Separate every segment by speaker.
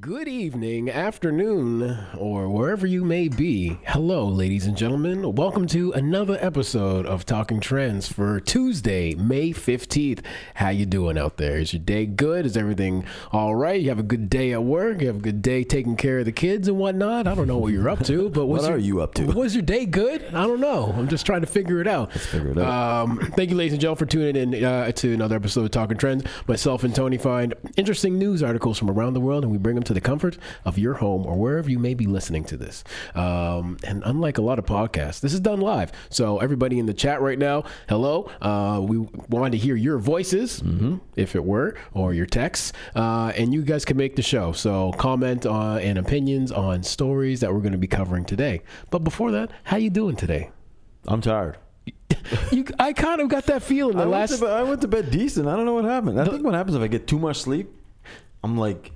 Speaker 1: Good evening, afternoon, or wherever you may be. Hello, ladies and gentlemen. Welcome to another episode of Talking Trends for Tuesday, May 15th. How you doing out there? Is your day good? Is everything all right? You have a good day at work? You have a good day taking care of the kids and whatnot? I don't know what you're up to, but what's
Speaker 2: What
Speaker 1: your,
Speaker 2: are you up to?
Speaker 1: Was your day good? I don't know. I'm just trying to figure it out. Let's
Speaker 2: figure it out.
Speaker 1: um, thank you, ladies and gentlemen, for tuning in uh, to another episode of Talking Trends. Myself and Tony find interesting news articles from around the world, and we bring them to the comfort of your home or wherever you may be listening to this. Um, and unlike a lot of podcasts, this is done live. So everybody in the chat right now, hello. Uh, we wanted to hear your voices, if it were, or your texts, uh, and you guys can make the show. So comment on, and opinions on stories that we're going to be covering today. But before that, how you doing today?
Speaker 2: I'm tired.
Speaker 1: You, I kind of got that feeling the
Speaker 2: I,
Speaker 1: last.
Speaker 2: went to, bed- I went to bed decent. I don't know what happened. I think what happens if I get too much sleep, I'm like,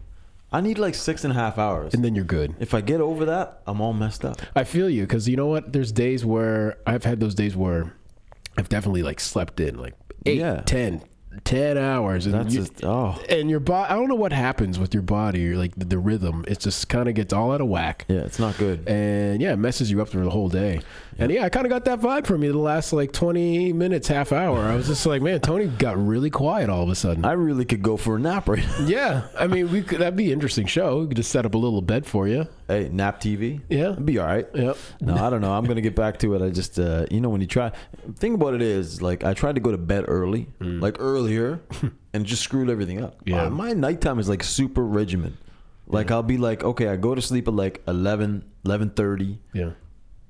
Speaker 2: I need like six and a half hours.
Speaker 1: and then you're good.
Speaker 2: If I get over that, I'm all messed up.
Speaker 1: I feel you because you know what? There's days where I've had those days where I've definitely like slept in like eight,
Speaker 2: Yeah.
Speaker 1: 10, 10 hours, and
Speaker 2: That's
Speaker 1: you-
Speaker 2: just oh
Speaker 1: and your body. I don't know what happens with your body or like the, the rhythm. It just kind of gets all out of whack.
Speaker 2: yeah, it's not good.
Speaker 1: And yeah, it messes you up through the whole day. And yeah, I kind of got that vibe from you the last like 20 minutes, half hour. I was just like, man, Tony got really quiet all of a sudden.
Speaker 2: I really could go for a nap right. now.
Speaker 1: yeah. I mean, we could, that'd be an interesting show. We could just set up a little bed for you.
Speaker 2: hey, nap TV.
Speaker 1: Yeah.
Speaker 2: It'd be all right.
Speaker 1: Yep.
Speaker 2: No, I don't know. I'm gonna get back to it. I just, uh, you know, when you try, thing about it is, like, I tried to go to bed early, like earlier, and just screwed everything up.
Speaker 1: Yeah.
Speaker 2: Uh, my nighttime is like super regimen. Like I'll be like, okay, I go to sleep at like 11, 11.30.
Speaker 1: Yeah.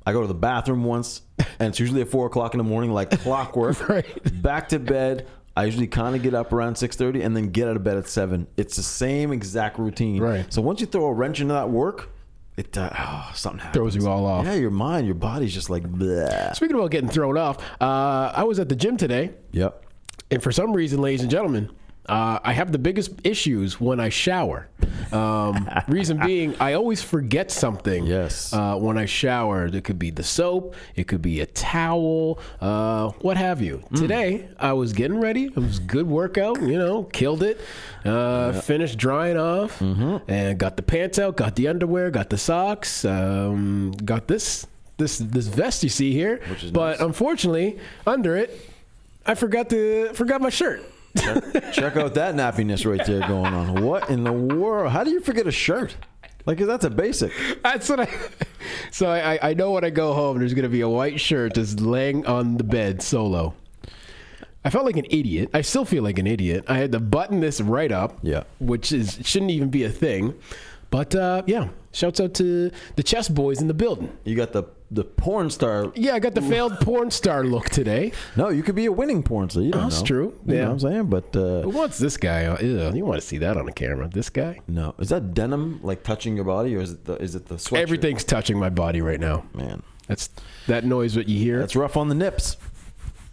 Speaker 2: I go to the bathroom once, and it's usually at four o'clock in the morning, like clockwork.
Speaker 1: Right.
Speaker 2: Back to bed. I usually kind of get up around six thirty, and then get out of bed at seven. It's the same exact routine.
Speaker 1: Right.
Speaker 2: So once you throw a wrench into that work, it uh, oh, something happens.
Speaker 1: Throws you all off.
Speaker 2: Yeah, your mind, your body's just like bleh.
Speaker 1: Speaking about getting thrown off, uh, I was at the gym today,
Speaker 2: Yep.
Speaker 1: and for some reason, ladies and gentlemen, uh, I have the biggest issues when I shower. Um, reason being, I always forget something.
Speaker 2: Yes.
Speaker 1: Uh, when I shower, it could be the soap, it could be a towel, uh, what have you. Today, I was getting ready. It was a good workout. You know, killed it. Uh, Finished drying off, and got the pants out, got the underwear, got the socks, um, got this this this vest you see here. Which
Speaker 2: is
Speaker 1: but unfortunately, under it, I forgot to forgot my shirt.
Speaker 2: Check out that nappiness right there going on. What in the world? How do you forget a shirt? Like that's a basic.
Speaker 1: That's what I. So I, I- I know when I go home, there's gonna be a white shirt just laying on the bed solo. I felt like an idiot. I still feel like an idiot. I had to button this right up.
Speaker 2: Yeah.
Speaker 1: which is shouldn't even be a thing. But uh, yeah, shouts out to the chess boys in the building.
Speaker 2: You got the the porn star.
Speaker 1: Yeah, I got the failed porn star look today.
Speaker 2: No, you could be a winning porn star. You don't
Speaker 1: That's
Speaker 2: know.
Speaker 1: true.
Speaker 2: You
Speaker 1: Yeah.
Speaker 2: know what I'm saying? But uh,
Speaker 1: Who wants this guy? Ew, you want to see that on the camera? This guy?
Speaker 2: No, is that denim like touching your body, or is it the is it the sweatshirt?
Speaker 1: Everything's touching my body right now.
Speaker 2: man.
Speaker 1: That's that noise what you hear.
Speaker 2: That's rough on the nips.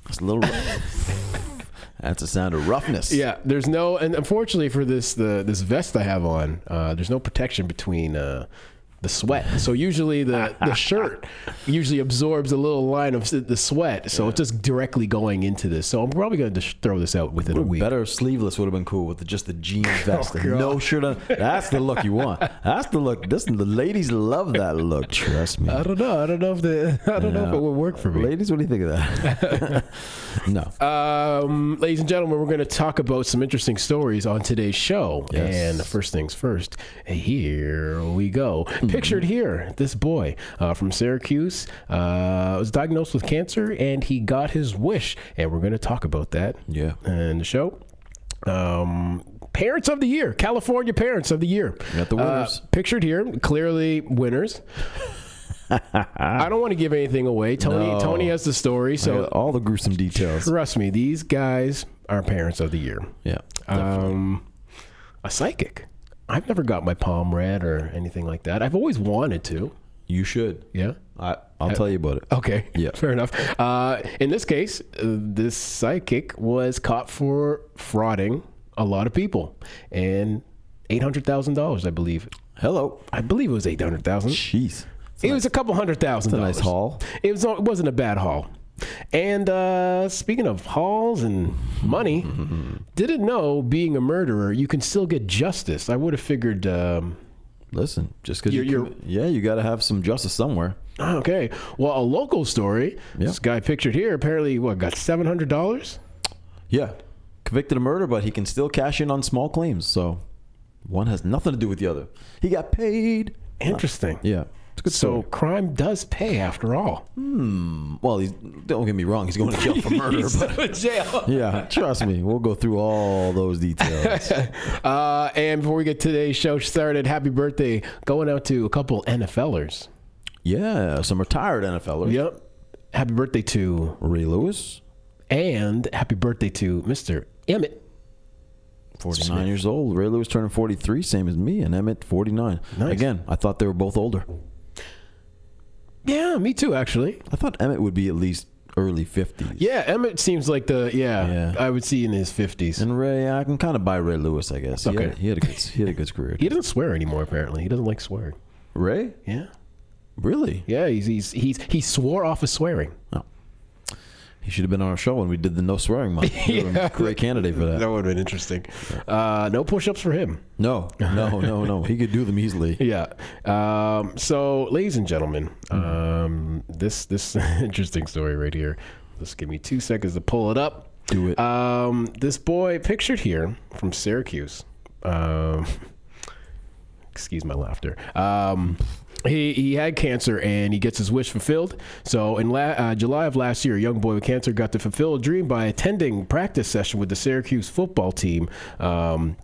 Speaker 2: That's a little. rough. That's a sound of roughness.
Speaker 1: Yeah, there's no, and unfortunately for this the this vest I have on, uh, there's no protection between uh, the sweat. So usually the the shirt usually absorbs a little line of s- the sweat, so it's just directly going into this. So I'm probably going to just throw this out within a week.
Speaker 2: Better sleeveless would have been cool with the, just the jeans vest and
Speaker 1: Oh, God.
Speaker 2: no shirt on. That's the look you want. That's the look. This the ladies love that look. Trust me.
Speaker 1: I don't know. I don't know if the I don't know if
Speaker 2: Yeah.
Speaker 1: it would work Uh, for me.
Speaker 2: Ladies, what do you think of that? no.
Speaker 1: Um, ladies and gentlemen, we're going to talk about some interesting stories on today's show.
Speaker 2: Yes.
Speaker 1: And first things first, here we go.
Speaker 2: Hmm.
Speaker 1: Pictured here, this boy uh, from Syracuse uh, was diagnosed with cancer and he got his wish. And we're going to talk about that
Speaker 2: Yeah.
Speaker 1: in the show. Um, parents of the year, California parents of the year.
Speaker 2: Got the winners.
Speaker 1: Uh, pictured here, clearly winners. I don't want to give anything away. Tony,
Speaker 2: No.
Speaker 1: Tony has the story, so
Speaker 2: So all the gruesome details.
Speaker 1: Trust me, these guys are parents of the year.
Speaker 2: Yeah.
Speaker 1: Um, a psychic. I've never got my palm read or anything like that. I've always wanted to.
Speaker 2: You should.
Speaker 1: Yeah. Uh,
Speaker 2: I I'll tell you about it.
Speaker 1: Okay.
Speaker 2: Yeah.
Speaker 1: Fair enough. Uh, in this case, uh, this psychic was caught for frauding a lot of people, and eight hundred thousand dollars, I believe.
Speaker 2: Hello.
Speaker 1: I believe it was eight hundred thousand.
Speaker 2: Jeez.
Speaker 1: It was a couple hundred thousand. dollars.
Speaker 2: Nice haul.
Speaker 1: It was. It wasn't a bad haul. And uh, speaking of halls and money, didn't know being a murderer you can still get justice. I would have figured. Um,
Speaker 2: Listen, just because
Speaker 1: You're-
Speaker 2: you're,
Speaker 1: you're-
Speaker 2: yeah, you got to have some justice somewhere.
Speaker 1: ah, okay, well, a local story.
Speaker 2: Yeah.
Speaker 1: This guy pictured here apparently what got seven hundred dollars.
Speaker 2: Yeah, convicted of murder, but he can still cash in on small claims. So one has nothing to do with the other. He got paid.
Speaker 1: Interesting.
Speaker 2: Yeah, it's a good
Speaker 1: So
Speaker 2: story.
Speaker 1: crime does pay after all.
Speaker 2: Well, he's, don't get me wrong, he's going to jail for murder. but
Speaker 1: jail.
Speaker 2: yeah, trust me, we'll go through all those details.
Speaker 1: Uh, and before we get today's show started, happy birthday going out to a couple NFLers.
Speaker 2: yeah, some retired NFLers.
Speaker 1: Yep. Happy birthday to
Speaker 2: Ray Lewis,
Speaker 1: and happy birthday to Mr. Emmett.
Speaker 2: 49 years old. Ray Lewis turning 43, same as me, and Emmett 49.
Speaker 1: Nice.
Speaker 2: Again, I thought they were both older.
Speaker 1: Yeah, me too, actually.
Speaker 2: I thought Emmett would be at least early 50s.
Speaker 1: Yeah, Emmett seems like the yeah,
Speaker 2: Yeah.
Speaker 1: I would see in his fifties.
Speaker 2: And Ray, I can kind of buy Ray Lewis, I guess. He
Speaker 1: Okay.
Speaker 2: had, he had a good, he had a good career.
Speaker 1: He doesn't swear anymore. Apparently, he doesn't like swearing.
Speaker 2: Ray,
Speaker 1: Yeah,
Speaker 2: really?
Speaker 1: yeah. He's he's he's he swore off of swearing.
Speaker 2: He should have been on our show when we did the no swearing month. He would've been a Great candidate for that.
Speaker 1: would have been interesting. Uh, no push-ups for him.
Speaker 2: No, no, no, no. He could do them easily.
Speaker 1: Yeah. Um, so, ladies and gentlemen, um, this this interesting story right here. Just give me two seconds to pull it up.
Speaker 2: Do it.
Speaker 1: Um, this boy pictured here from Syracuse. Um, excuse my laughter. Um, he, he had cancer and he gets his wish fulfilled. So in la- uh, July of last year, a young boy with cancer got to fulfill a dream by attending practice session with the Syracuse football team. Um,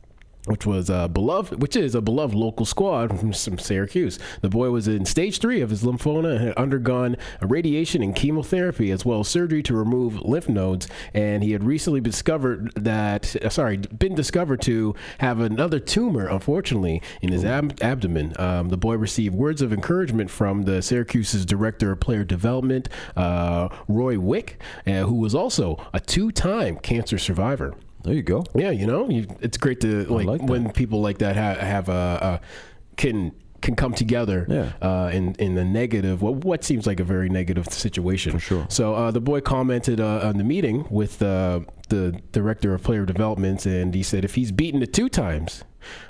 Speaker 1: which was a beloved, which is a beloved local squad from from Syracuse. The boy was in stage three of his lymphoma and had undergone radiation and chemotherapy, as well as surgery to remove lymph nodes. And he had recently discovered that, uh, sorry, been discovered to have another tumor, unfortunately, in his ab- abdomen. Um, the boy received words of encouragement from the Syracuse's director of player development, uh, Roy Wick, uh, who was also a two-time cancer survivor.
Speaker 2: There you go.
Speaker 1: Yeah, you know, you, it's great to like,
Speaker 2: like that.
Speaker 1: when people like that have, have a, uh can can come together
Speaker 2: Yeah.
Speaker 1: uh, in in the negative what what seems like a very negative situation. For
Speaker 2: sure.
Speaker 1: So uh, the boy commented uh, on the meeting with uh, the director of player development, and he said if he's beaten it two times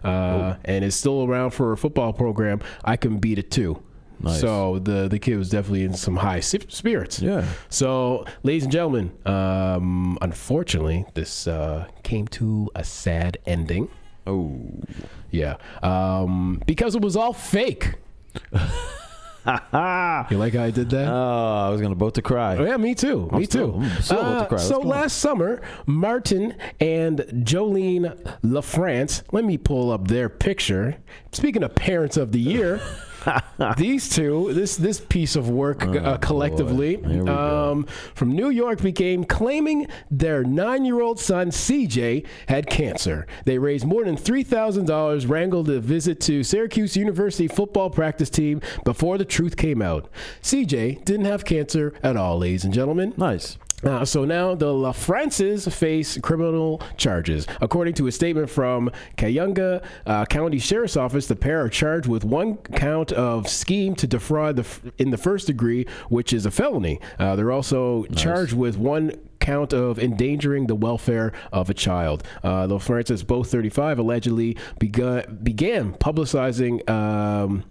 Speaker 2: Oh.
Speaker 1: uh, and is still around for a football program, I can beat it too.
Speaker 2: Nice.
Speaker 1: So the the kid was definitely in some high si- spirits.
Speaker 2: Yeah.
Speaker 1: So, ladies and gentlemen, um, unfortunately, this uh, came to a sad ending.
Speaker 2: Oh,
Speaker 1: Yeah, um, because it was all fake. you like how I did that?
Speaker 2: Ah, I was gonna about
Speaker 1: Oh,
Speaker 2: to cry.
Speaker 1: yeah, me too. me
Speaker 2: still-
Speaker 1: too. Uh,
Speaker 2: I'm still about to cry.
Speaker 1: so
Speaker 2: Let's go on.
Speaker 1: last summer, Martin and Jolene LaFrance, let me pull up their picture. Speaking of parents of the year, these two, this this piece of work uh, collectively
Speaker 2: Oh, boy. Here we go.
Speaker 1: um, from New York became claiming their nine year old son CJ had cancer. They raised more than $3,000, wrangled a visit to Syracuse University football practice team before the truth came out. CJ didn't have cancer at all, ladies and gentlemen.
Speaker 2: Nice.
Speaker 1: Uh, so now the LaFrances face criminal charges. According to a statement from Cayuga uh, County Sheriff's Office, the pair are charged with one count of scheme to defraud the f- in the first degree, which is a felony. Uh, they're also charged with one count of endangering the welfare of a child. Uh, LaFrances, both 35, allegedly begun, began publicizing. Um,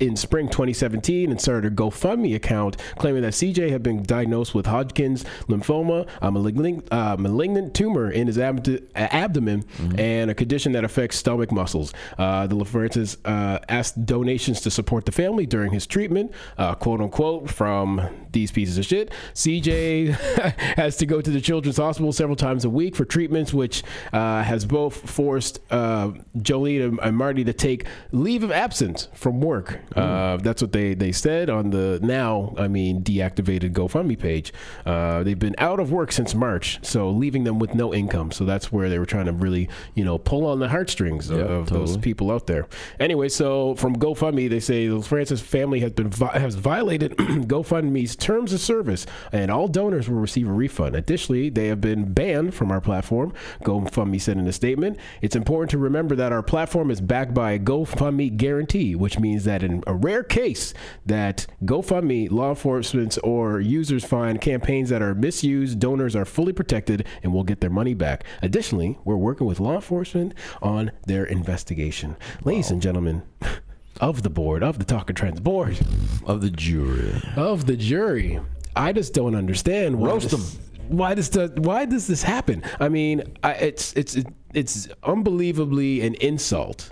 Speaker 1: in spring 2017 and started a GoFundMe account claiming that CJ had been diagnosed with Hodgkin's lymphoma, a malignant, uh, malignant tumor in his abd- abdomen, and a condition that affects stomach muscles. Uh, the LaFrances uh, asked donations to support the family during his treatment, uh, quote unquote, from these pieces of shit. CJ has to go to the Children's Hospital several times a week for treatments, which uh, has both forced uh, Jolene and, and Marty to take leave of absence from work. Uh,
Speaker 2: Hmm.
Speaker 1: that's what they, they said on the now, I mean, deactivated GoFundMe page. Uh, they've been out of work since March, so leaving them with no income. So that's where they were trying to really, you know, pull on the heartstrings of,
Speaker 2: Yeah,
Speaker 1: of those
Speaker 2: totally.
Speaker 1: people out there. Anyway, so from GoFundMe, they say the Francis family has been vi- has violated GoFundMe's terms of service, and all donors will receive a refund. Additionally, they have been banned from our platform. GoFundMe said in a statement, "It's important to remember that our platform is backed by a GoFundMe guarantee, which means that an been a rare case that GoFundMe, law enforcement, or users find campaigns that are misused, donors are fully protected, and will get their money back. Additionally, we're working with law enforcement on their investigation. Ladies and gentlemen, of the board, of the Talking Trends board,
Speaker 2: of the jury.
Speaker 1: of the jury, I just don't understand why
Speaker 2: Roast
Speaker 1: this- Why does the, why does this happen? I mean, I, it's it's it's unbelievably an insult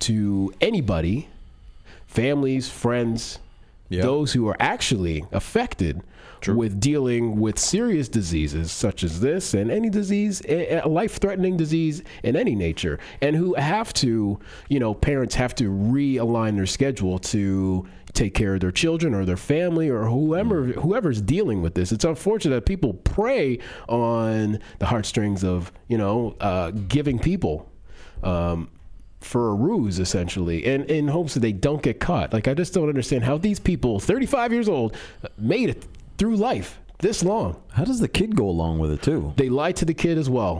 Speaker 1: to anybody, families, friends,
Speaker 2: Yeah.
Speaker 1: those who are actually affected with dealing with serious diseases such as this and any disease, a a life-threatening disease in any nature, and who have to, you know, parents have to realign their schedule to take care of their children or their family or whoever whoever's dealing with this. It's unfortunate that people prey on the heartstrings of you know uh, giving people. Um, for a ruse essentially and in hopes that they don't get caught like i just don't understand how these people 35 years old made it through life this long
Speaker 2: How does the kid go along with it too?
Speaker 1: they lied to the kid as well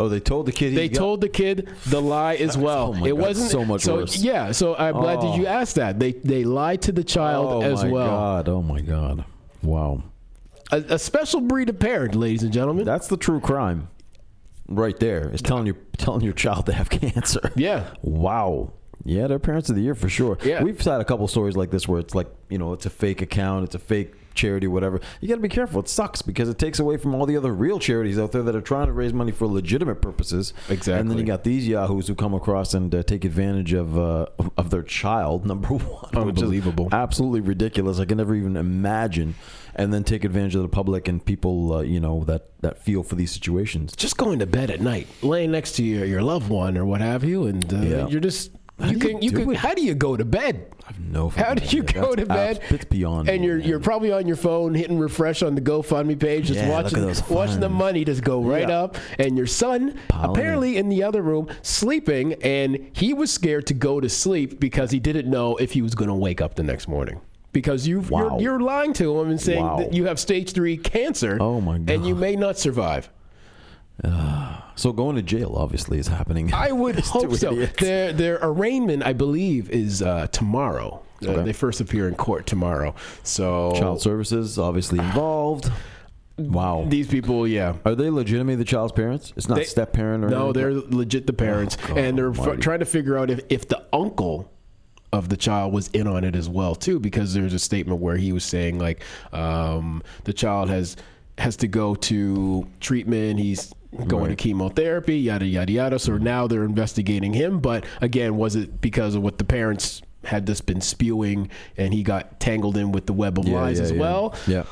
Speaker 2: Oh, they told the kid.
Speaker 1: they
Speaker 2: he's got-
Speaker 1: told the kid the lie as well.
Speaker 2: Oh my
Speaker 1: it
Speaker 2: God,
Speaker 1: wasn't
Speaker 2: so much worse.
Speaker 1: Yeah, so I'm glad that
Speaker 2: Oh.
Speaker 1: you asked that. They they lied to the child
Speaker 2: Oh
Speaker 1: as
Speaker 2: my
Speaker 1: well.
Speaker 2: god! Oh my god! Wow,
Speaker 1: A, a special breed of parent, ladies and gentlemen.
Speaker 2: that's the true crime, right there. It's telling your telling your child to have cancer.
Speaker 1: yeah,
Speaker 2: Wow. Yeah, they're parents of the year for sure.
Speaker 1: Yeah.
Speaker 2: We've had a couple stories like this where it's like, you know, it's a fake account, it's a fake charity, whatever. You got to be careful. It sucks because it takes away from all the other real charities out there that are trying to raise money for legitimate purposes. And then
Speaker 1: Exactly.
Speaker 2: you got these yahoos who come across and uh, take advantage of uh, of their child, number one. which is
Speaker 1: Unbelievable.
Speaker 2: absolutely ridiculous. I can never even imagine. And then take advantage of the public and people, uh, you know, that, that feel for these situations.
Speaker 1: just going to bed at night, laying next to your, your loved one or what have you, and uh,
Speaker 2: Yeah.
Speaker 1: you're just
Speaker 2: How
Speaker 1: you
Speaker 2: do
Speaker 1: can you,
Speaker 2: you do
Speaker 1: can
Speaker 2: it?
Speaker 1: how do you go to bed?
Speaker 2: I have no
Speaker 1: How
Speaker 2: fucking
Speaker 1: do you go
Speaker 2: idea. That's
Speaker 1: to bed?
Speaker 2: abs- It's beyond.
Speaker 1: And
Speaker 2: me,
Speaker 1: you're
Speaker 2: man.
Speaker 1: you're probably on your phone hitting refresh on the GoFundMe page, just
Speaker 2: Yeah, look
Speaker 1: watching
Speaker 2: at those
Speaker 1: watching the
Speaker 2: funds.
Speaker 1: money just go right
Speaker 2: Yeah.
Speaker 1: up. And your son
Speaker 2: Piling it.
Speaker 1: apparently in the other room sleeping, and he was scared to go to sleep because he didn't know if he was going to wake up the next morning. Because you
Speaker 2: Wow.
Speaker 1: you're, you're lying to him and saying
Speaker 2: Wow.
Speaker 1: that you have stage three cancer.
Speaker 2: Oh, my
Speaker 1: And you may not survive.
Speaker 2: So going to jail obviously is happening.
Speaker 1: I would
Speaker 2: These
Speaker 1: hope
Speaker 2: two
Speaker 1: so.
Speaker 2: idiots.
Speaker 1: Their their arraignment, I believe, is uh, tomorrow. Uh,
Speaker 2: Okay.
Speaker 1: they first appear in court tomorrow. So
Speaker 2: Child services obviously involved. Wow.
Speaker 1: these people, yeah.
Speaker 2: Are they legitimately the child's parents? It's not
Speaker 1: They-
Speaker 2: step parent or
Speaker 1: No,
Speaker 2: anything?
Speaker 1: they're legit the parents,
Speaker 2: Oh, God
Speaker 1: and they're f-
Speaker 2: almighty.
Speaker 1: trying to figure out if, if the uncle of the child was in on it as well too, because there's a statement where he was saying like um, the child has has to go to treatment. He's going to
Speaker 2: Right.
Speaker 1: chemotherapy, yada yada yada. So now they're investigating him, but again, was it because of what the parents? Had this been spewing, and he got tangled in with the web of
Speaker 2: Yeah,
Speaker 1: lies
Speaker 2: yeah,
Speaker 1: as
Speaker 2: yeah.
Speaker 1: well.
Speaker 2: Yeah.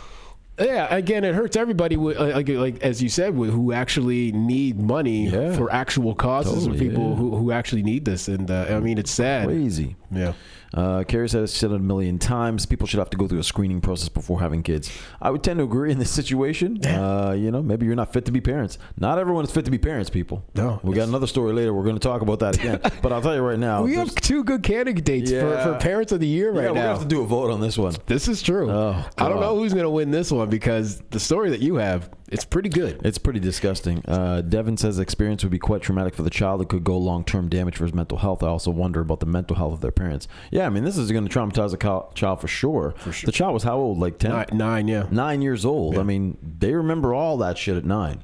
Speaker 1: Yeah, again, it hurts everybody. wi- uh, Like, like as you said, wi- who actually need money
Speaker 2: Yeah.
Speaker 1: for actual causes, or
Speaker 2: Totally,
Speaker 1: people
Speaker 2: yeah.
Speaker 1: who, who actually need this. And uh, I mean, it's sad.
Speaker 2: Crazy.
Speaker 1: Yeah,
Speaker 2: Uh, Carrie says said it a million times. People should have to go through a screening process before having kids. I would tend to agree in this situation. Uh, you know, maybe you're not fit to be parents. Not everyone is fit to be parents, people.
Speaker 1: No.
Speaker 2: we got another story later. We're going to talk about that again. but I'll tell you right now,
Speaker 1: we
Speaker 2: there's-
Speaker 1: have two good candidates
Speaker 2: Yeah.
Speaker 1: for, for parents of the year
Speaker 2: yeah,
Speaker 1: right
Speaker 2: we're gonna
Speaker 1: now.
Speaker 2: have to do a vote on this one.
Speaker 1: this is true.
Speaker 2: Oh,
Speaker 1: I don't
Speaker 2: God.
Speaker 1: know who's going to win this one because the story that you have, it's pretty good.
Speaker 2: It's pretty disgusting. Uh, Devin says the experience would be quite traumatic for the child. It could go long term damage for his mental health. I also wonder about the mental health of their parents. Yeah, I mean, this is going to traumatize a co- child for sure. for sure. The child was how old? Like 10?
Speaker 1: Nine, nine yeah.
Speaker 2: Nine years old. I mean, they remember all that shit at nine.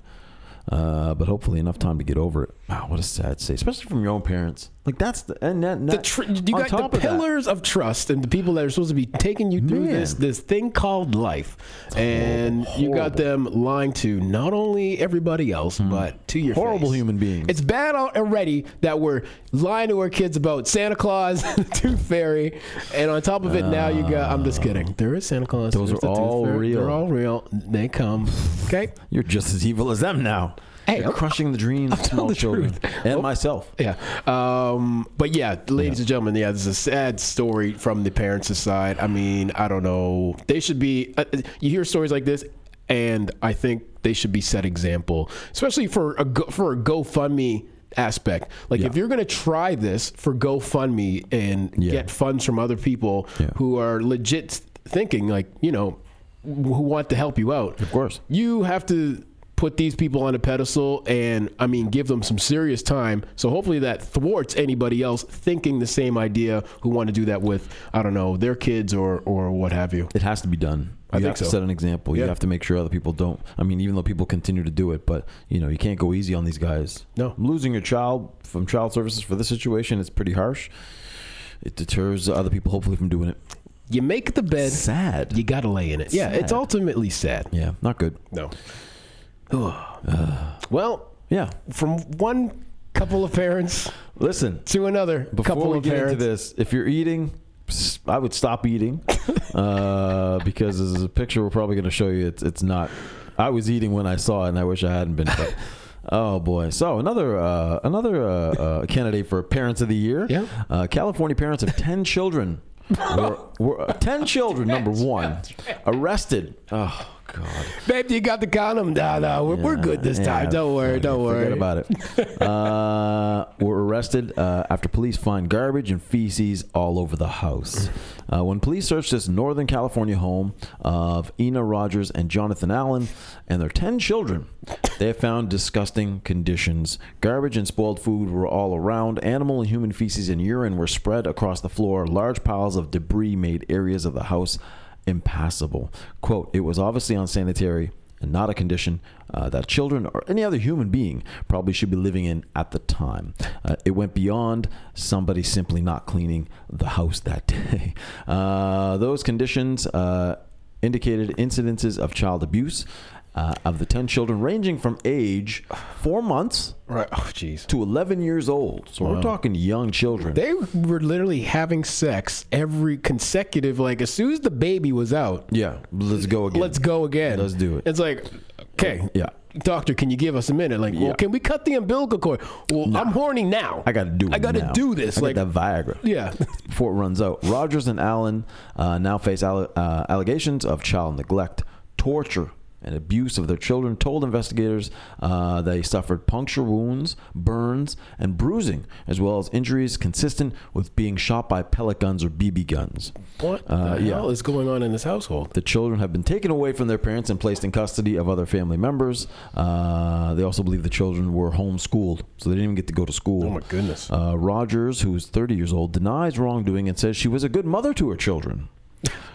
Speaker 2: Uh, but hopefully enough time to get over it. Wow, what a sad state, especially from your own parents. Like that's the and that,
Speaker 1: The
Speaker 2: that-
Speaker 1: tr-
Speaker 2: on
Speaker 1: you got
Speaker 2: top
Speaker 1: the
Speaker 2: of that-
Speaker 1: pillars of trust and the people that are supposed to be taking you through
Speaker 2: Man.
Speaker 1: this this thing called life, and you got them lying to not only everybody else but to your
Speaker 2: Hmm. Horrible
Speaker 1: face.
Speaker 2: human beings.
Speaker 1: It's bad al- already that we're lying to our kids about Santa Claus, Tooth Fairy, and on top of it, now you got. I'm just kidding. There is Santa Claus.
Speaker 2: Those
Speaker 1: there's
Speaker 2: are
Speaker 1: the Tooth
Speaker 2: all
Speaker 1: Fairy,
Speaker 2: real.
Speaker 1: They're all real. They come. Okay.
Speaker 2: You're just as evil as them now.
Speaker 1: Hey,
Speaker 2: You're
Speaker 1: I'm-
Speaker 2: crushing the dreams of small
Speaker 1: the
Speaker 2: children
Speaker 1: truth. Oh.
Speaker 2: and myself.
Speaker 1: Yeah. Um, but yeah, ladies and gentlemen, yeah, this is a sad story from the parents' side. I mean, I don't know. They should be. Uh, uh, you hear stories like this, and I think they should be set example, especially for a Go- for a GoFundMe aspect. Like if you're going to try this for GoFundMe and
Speaker 2: Yeah.
Speaker 1: get funds from other people
Speaker 2: Yeah.
Speaker 1: who are legit thinking, like you know, who want to help you out,
Speaker 2: Of course.
Speaker 1: you have to put these people on a pedestal and I mean give them some serious time. So hopefully that thwarts anybody else thinking the same idea who want to do that with I don't know their kids or or what have you.
Speaker 2: It has to be done.
Speaker 1: I
Speaker 2: you
Speaker 1: think
Speaker 2: have to
Speaker 1: so.
Speaker 2: set an example.
Speaker 1: Yeah.
Speaker 2: You have to make sure other people don't. I mean, even though people continue to do it, but you know, you can't go easy on these guys.
Speaker 1: No.
Speaker 2: losing your child from child services for this situation is pretty harsh. It deters other people, hopefully, from doing it.
Speaker 1: You make the bed,
Speaker 2: Sad.
Speaker 1: you gotta lay in it. Yeah, it's
Speaker 2: Sad.
Speaker 1: ultimately sad.
Speaker 2: Yeah, not good.
Speaker 1: No. well,
Speaker 2: Yeah.
Speaker 1: from one couple of parents
Speaker 2: Listen,
Speaker 1: to another
Speaker 2: before
Speaker 1: couple
Speaker 2: we
Speaker 1: of
Speaker 2: get
Speaker 1: parents.
Speaker 2: into this, if you're eating, s- I would stop eating uh, because this is a picture we're probably going to show you. It's, it's not. I was eating when I saw it, and I wish I hadn't been. But, oh boy! So another uh, another uh, uh, candidate for Parents of the Year.
Speaker 1: Yeah.
Speaker 2: Uh, California parents of ten children. were, were, uh, ten children, number one, arrested. Oh God.
Speaker 1: Babe, you got the condom? No, no, we're, we're
Speaker 2: Yeah,
Speaker 1: good this
Speaker 2: yeah,
Speaker 1: time. Don't worry,
Speaker 2: fuck
Speaker 1: don't
Speaker 2: it,
Speaker 1: worry.
Speaker 2: Forget about it. uh, were arrested uh, after police find garbage and feces all over the house. Uh, when police searched this Northern California home of Ena Rogers and Jonathan Allen and their 10 children, they found disgusting conditions. Garbage and spoiled food were all around. Animal and human feces and urine were spread across the floor. Large piles of debris made areas of the house impassable. Quote, it was obviously unsanitary and not a condition uh, that children or any other human being probably should be living in at the time. Uh, it went beyond somebody simply not cleaning the house that day. Uh, those conditions uh, indicated incidences of child abuse uh, of the 10 children ranging from age four months
Speaker 1: Right. Oh, jeez.
Speaker 2: to 11 years old. So we're talking young children.
Speaker 1: They were literally having sex every consecutive, like as soon as the baby was out,
Speaker 2: yeah, let's go again.
Speaker 1: let's go again.
Speaker 2: Let's do it.
Speaker 1: It's like, okay.
Speaker 2: Yeah.
Speaker 1: Doctor, can you give us a minute? Like, well,
Speaker 2: Yeah.
Speaker 1: can we cut the umbilical cord? Well, I'm horny now.
Speaker 2: I got to do it.
Speaker 1: I gotta
Speaker 2: now.
Speaker 1: do this.
Speaker 2: I got
Speaker 1: like,
Speaker 2: that Viagra.
Speaker 1: yeah.
Speaker 2: before it runs out. Rogers and Allen uh, now face alle- uh, allegations of child neglect, torture, and abuse of their children. Told investigators uh, they suffered puncture wounds, burns, and bruising, as well as injuries consistent with being shot by pellet guns or BB guns.
Speaker 1: What
Speaker 2: Uh,
Speaker 1: the
Speaker 2: yeah.
Speaker 1: hell is going on in this household?
Speaker 2: The children have been taken away from their parents and placed in custody of other family members. Uh, they also believe the children were homeschooled, so they didn't even get to go to school.
Speaker 1: Oh my goodness.
Speaker 2: Uh, Rogers, who's 30 years old, denies wrongdoing and says she was a good mother to her children.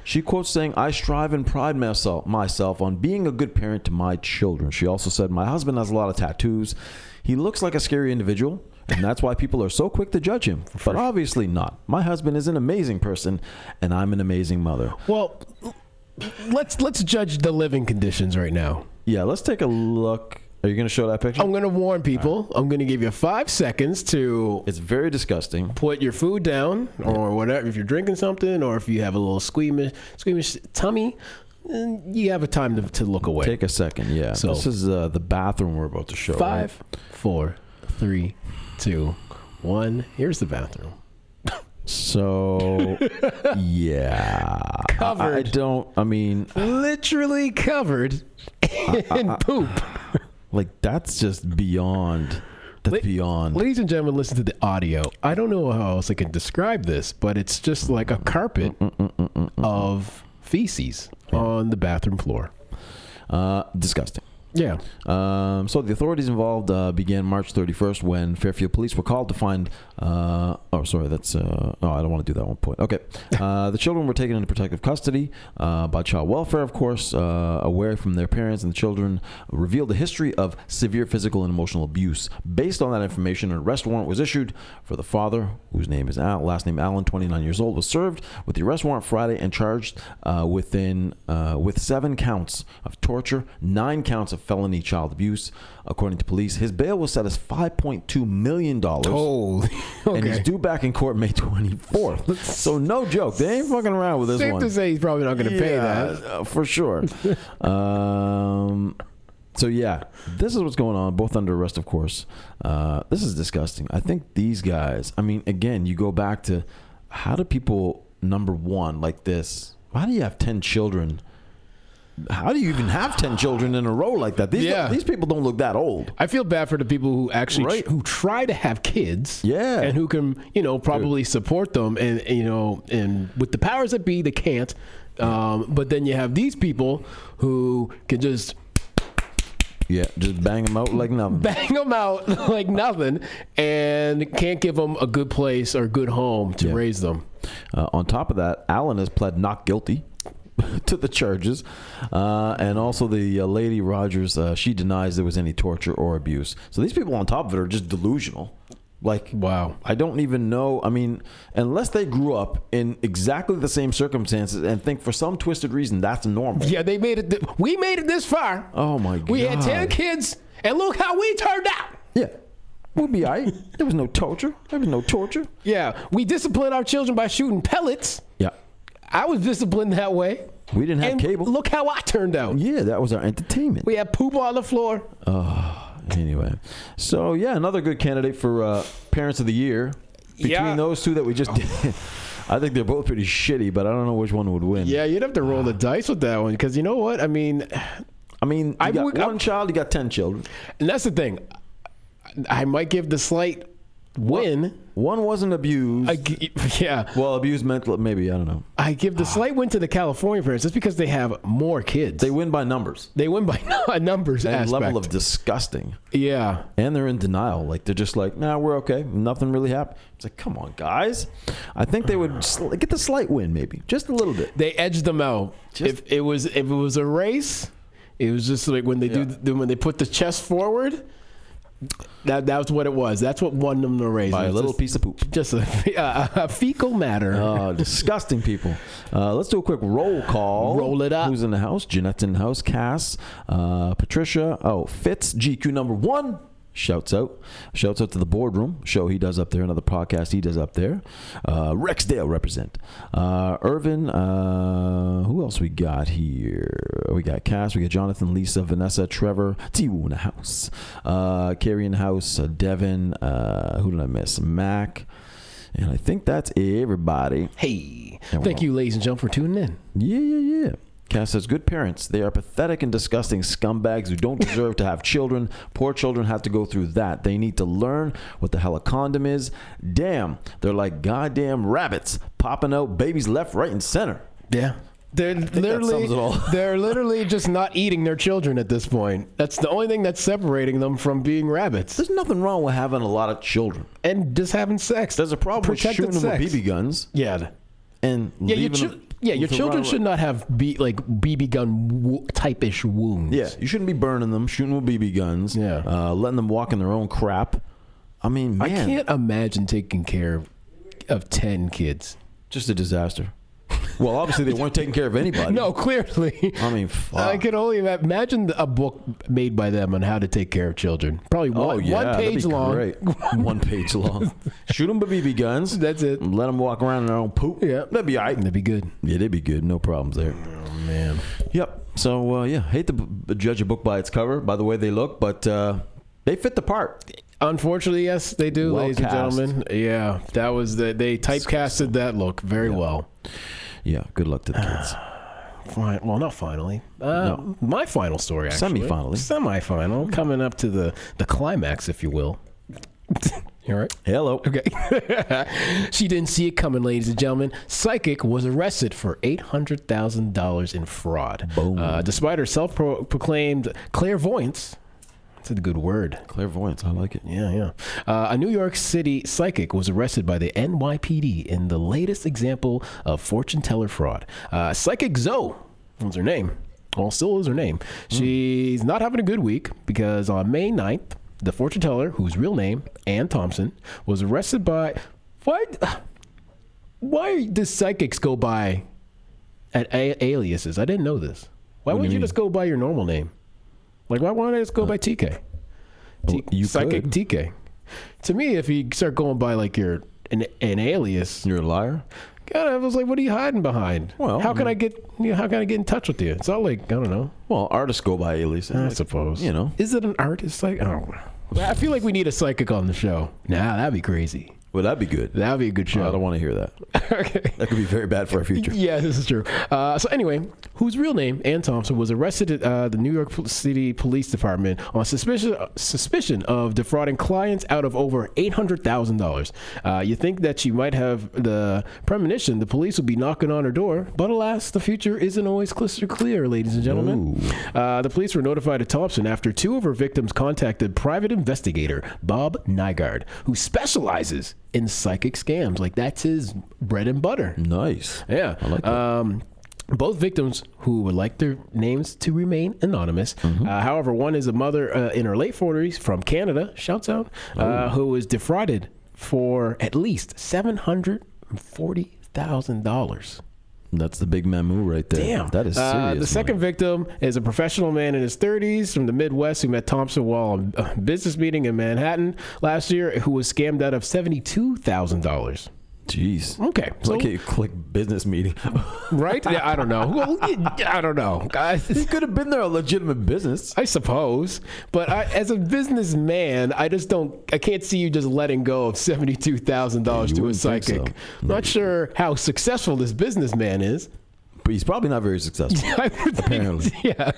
Speaker 2: She quotes saying, I strive and pride myself, myself on being a good parent to my children. She also said, My husband has a lot of tattoos. He looks like a scary individual, and that's why people are so quick to judge him. But obviously not. My husband is an amazing person, and I'm an amazing mother.
Speaker 1: Well, let's let's judge the living conditions right now.
Speaker 2: Yeah, let's take a look. Are you going to show that picture?
Speaker 1: I'm gonna warn people. I'm gonna give you five seconds to
Speaker 2: It's very disgusting.
Speaker 1: put your food down or whatever. If you're drinking something or if you have a little squeamish squeamish tummy, then you have a time to, to look away.
Speaker 2: Take a second. Yeah.
Speaker 1: So-
Speaker 2: this is uh, the bathroom we're about to show. right?
Speaker 1: Five, four, three, two, one. Here's the bathroom.
Speaker 2: So, yeah. I- I,
Speaker 1: Covered.
Speaker 2: don't, I mean,
Speaker 1: Literally covered in poop.
Speaker 2: like, that's just beyond. That's
Speaker 1: Wait,
Speaker 2: beyond.
Speaker 1: Ladies and gentlemen, listen to the audio. I don't know how else I can describe this, but it's just like a carpet of feces on the bathroom floor.
Speaker 2: Uh, disgusting.
Speaker 1: Yeah.
Speaker 2: Um, so the authorities involved uh, began March 31st when Fairfield police were called to find. Uh, oh, sorry, that's. Uh, oh, I don't want to do that one point. Okay, uh, the children were taken into protective custody uh, by child welfare, of course, uh, away from their parents, and the children revealed the history of severe physical and emotional abuse. Based on that information, an arrest warrant was issued for the father, whose name is Al, last name Allen, 29 years old, was served with the arrest warrant Friday and charged uh, within uh, with seven counts of torture, nine counts of felony child abuse, according to police. His bail was set as 5.2 million dollars.
Speaker 1: Oh,
Speaker 2: And he's due back in court May 24th. So no joke, they ain't fucking around with this
Speaker 1: Safe
Speaker 2: one.
Speaker 1: to say he's probably not going to pay
Speaker 2: Yeah,
Speaker 1: that.
Speaker 2: uh, for sure. um, so yeah, this is what's going on. Both under arrest, of course. Uh, this is disgusting. I think these guys. I mean, again, you go back to how do people number one like this? Why do you have ten children? How do you even have ten children in a row like that? These
Speaker 1: Yeah.
Speaker 2: these people don't look that old.
Speaker 1: I feel bad for the people who actually
Speaker 2: Right.
Speaker 1: who try to have kids,
Speaker 2: Yeah.
Speaker 1: and who can you know probably support them, and, and, you know, and with the powers that be, they can't. Um, but then you have these people who can just
Speaker 2: Yeah, just bang them out like nothing.
Speaker 1: bang them out like nothing and can't give them a good place or good home to
Speaker 2: Yeah.
Speaker 1: raise them.
Speaker 2: Uh, on top of that, Allen has pled not guilty to the charges, uh, and also the uh, lady Rogers uh, she denies there was any torture or abuse. So these people on top of it are just delusional. Like
Speaker 1: Wow.
Speaker 2: I don't even know. I mean, unless they grew up in exactly the same circumstances and think for some twisted reason that's normal.
Speaker 1: Yeah, they made it. Th- we made it this far.
Speaker 2: Oh my god.
Speaker 1: we had 10 kids, and look how we turned out.
Speaker 2: Yeah. We'll be alright. there was no torture. There was no torture.
Speaker 1: Yeah, we disciplined our children by shooting pellets.
Speaker 2: Yeah.
Speaker 1: I was disciplined that way.
Speaker 2: We didn't have
Speaker 1: and
Speaker 2: cable.
Speaker 1: Look how I turned out.
Speaker 2: yeah, that was our entertainment.
Speaker 1: We had poop on the floor.
Speaker 2: Oh, anyway. So yeah, another good candidate for uh, parents of the year. Between
Speaker 1: Yeah.
Speaker 2: those two that we just did, I think they're both pretty shitty, but I don't know which one would win.
Speaker 1: Yeah, you'd have to roll the dice with that one because you know what? I mean,
Speaker 2: I mean, you
Speaker 1: I
Speaker 2: got
Speaker 1: would- I-
Speaker 2: one child, you got ten children.
Speaker 1: and that's the thing. I might give the slight win.
Speaker 2: One wasn't abused.
Speaker 1: I g yeah,
Speaker 2: well, abused mental, maybe I don't know.
Speaker 1: I give the slight win to the California parents just because they have more kids.
Speaker 2: They
Speaker 1: They,
Speaker 2: win by numbers
Speaker 1: win by numbers
Speaker 2: and
Speaker 1: aspect.
Speaker 2: level of disgusting,
Speaker 1: yeah.
Speaker 2: and they're in denial. Like they're just like, nah, we're okay. Nothing really happened. It's like, come on, guys. I think they would sl- get the slight win, maybe just a little bit.
Speaker 1: they edged them out.
Speaker 2: Just-
Speaker 1: if it was if it was a race, it was just like when they do
Speaker 2: Yeah.
Speaker 1: do when they put the chest forward. That that's what it was. That's what won them the race.
Speaker 2: By a
Speaker 1: It's
Speaker 2: little
Speaker 1: just,
Speaker 2: piece of poop.
Speaker 1: just a, a, a fecal matter.
Speaker 2: Oh, disgusting people. Uh, let's do a quick roll call.
Speaker 1: Roll it up.
Speaker 2: Who's in the house? Jeanette's in the house. Cass, uh, Patricia. Oh, Fitz, GQ number one. Shouts out. Shouts out to the boardroom show he does up there, another podcast he does up there. Uh, Rexdale represent. Uh, Irvin, uh, who else we got here? We got Cass, we got Jonathan, Lisa, Vanessa, Trevor, Tiwu in the house, uh, Carrie in the house, uh, Devin, uh, who did I miss? Mac. And I think that's everybody.
Speaker 1: hey,
Speaker 2: Yeah, we're
Speaker 1: thank you, ladies and gentlemen, for tuning in.
Speaker 2: Yeah, yeah, yeah. Cass says, Good parents. They are pathetic and disgusting scumbags who don't deserve to have children. Poor children have to go through that. They need to learn what the hell a condom is. Damn, they're like goddamn rabbits popping out babies left, right, and center.
Speaker 1: Yeah. They're literally
Speaker 2: sums it all.
Speaker 1: they're literally just not eating their children at this point. That's the only thing that's separating them from being rabbits
Speaker 2: There's nothing wrong with having a lot of children.
Speaker 1: and just having sex.
Speaker 2: There's a problem
Speaker 1: Protected
Speaker 2: with shooting them
Speaker 1: sex.
Speaker 2: with BB guns
Speaker 1: yeah.
Speaker 2: and
Speaker 1: Yeah, your
Speaker 2: leaving
Speaker 1: chil-
Speaker 2: them
Speaker 1: yeah, your
Speaker 2: with a
Speaker 1: children
Speaker 2: run-
Speaker 1: should not have be- like BB gun wo- type-ish wounds.
Speaker 2: Yeah, you shouldn't be burning them, shooting with BB guns.
Speaker 1: Yeah.
Speaker 2: uh, letting them walk in their own crap. I mean, man,
Speaker 1: I can't imagine taking care of, of 10 kids.
Speaker 2: just a disaster. Well, obviously they weren't taking care of anybody.
Speaker 1: No, clearly.
Speaker 2: I mean, fuck.
Speaker 1: I could only ima- imagine a book made by them on how to take care of children. Probably
Speaker 2: oh
Speaker 1: one
Speaker 2: yeah,
Speaker 1: one
Speaker 2: that'd
Speaker 1: page
Speaker 2: be
Speaker 1: long.
Speaker 2: great. one page long. Shoot them with BB guns.
Speaker 1: That's it.
Speaker 2: Let them walk around in their own poop.
Speaker 1: Yeah.
Speaker 2: that'd be alright.
Speaker 1: That'd be good.
Speaker 2: Yeah, they'd be good. No problems there.
Speaker 1: Man.
Speaker 2: Yep. So uh, yeah, hate to b- b- judge a book by its cover, by the way they look, but uh, they fit the part.
Speaker 1: Unfortunately, yes, they do,
Speaker 2: Well
Speaker 1: ladies and
Speaker 2: cast.
Speaker 1: gentlemen. Yeah, that was the they typecasted that look very well.
Speaker 2: Yeah. Good luck to the kids.
Speaker 1: Fine. Well, not finally. Uh, My final story, actually.
Speaker 2: Semi-finally.
Speaker 1: Semi-final. Coming up to the the climax, if you will. you all right?
Speaker 2: Hello.
Speaker 1: Okay. she didn't see it coming, ladies and gentlemen. Psychic was arrested for $800,000 in fraud.
Speaker 2: Boom.
Speaker 1: Uh, despite her self proclaimed clairvoyance, that's a good word.
Speaker 2: Clairvoyance. I like it.
Speaker 1: Yeah, yeah. Uh, a New York City psychic was arrested by the NYPD in the latest example of fortune teller fraud. Uh, psychic Zoe was her name. Well, still is her name.
Speaker 2: Hmm.
Speaker 1: She's not having a good week because on May 9th, the fortune teller, whose real name, Ann Thompson, was arrested by. Why, why do psychics go by at a- aliases? I didn't know this. Why
Speaker 2: What do you
Speaker 1: wouldn't you,
Speaker 2: mean?
Speaker 1: just go by your normal name? Like, why wouldn't I just go by TK? T-
Speaker 2: you
Speaker 1: psychic
Speaker 2: could.
Speaker 1: TK. To me, if you start going by like your an, an alias,
Speaker 2: You're a liar.
Speaker 1: God, I was like, what are you hiding behind?
Speaker 2: Well,
Speaker 1: how can
Speaker 2: I
Speaker 1: I get you know, how can I get in touch with you? It's not like I don't know.
Speaker 2: Well, artists go by aliases.
Speaker 1: I
Speaker 2: Like,
Speaker 1: suppose
Speaker 2: You know.
Speaker 1: Is it an artist? Like I don't know. I feel like we need a psychic on the show. Nah, that'd be crazy.
Speaker 2: Well, that'd be good.
Speaker 1: That would be a good
Speaker 2: I don't
Speaker 1: show.
Speaker 2: want to hear that.
Speaker 1: okay.
Speaker 2: That could be very bad for our future.
Speaker 1: Yeah, this is true. Uh, so anyway, whose real name, Ann Thompson, was arrested at uh, the New York Pol- City Police Department on suspicion suspicion of defrauding clients out of over eight hundred thousand dollars. uh, You think that she might have the premonition the police would be knocking on her door, but alas, the future isn't always crystal clear, ladies and gentlemen. Uh, the police were notified of Thompson after two of her victims contacted private investigator Bob Nygard, who specializes in psychic scams. Like that's his bread and butter.
Speaker 2: Nice.
Speaker 1: Yeah.
Speaker 2: like that.
Speaker 1: Um, both victims who would like their names to remain anonymous.
Speaker 2: Mm-hmm.
Speaker 1: Uh, however, one is a mother uh, in her late 40s from Canada, shouts out,
Speaker 2: Oh.
Speaker 1: uh, who was defrauded for at least $740,000.
Speaker 2: That's the big memo right there.
Speaker 1: Damn.
Speaker 2: That is serious.
Speaker 1: Uh, the
Speaker 2: money.
Speaker 1: second victim is a professional man in his 30s from the Midwest who met Thompson while a business meeting in Manhattan last year, who was scammed out of $72,000.
Speaker 2: Jeez.
Speaker 1: Okay.
Speaker 2: It's like a click business meeting.
Speaker 1: right? Yeah, I don't know. Well, I don't know.
Speaker 2: he could have been there a legitimate business.
Speaker 1: I suppose, but I, as a businessman, I just don't. I can't see you just letting go of seventy-two thousand dollars
Speaker 2: You
Speaker 1: to a
Speaker 2: wouldn't think
Speaker 1: psychic.
Speaker 2: so.
Speaker 1: I'm not sure how successful this businessman is.
Speaker 2: But he's probably not very successful.
Speaker 1: I would think-
Speaker 2: Apparently.
Speaker 1: yeah.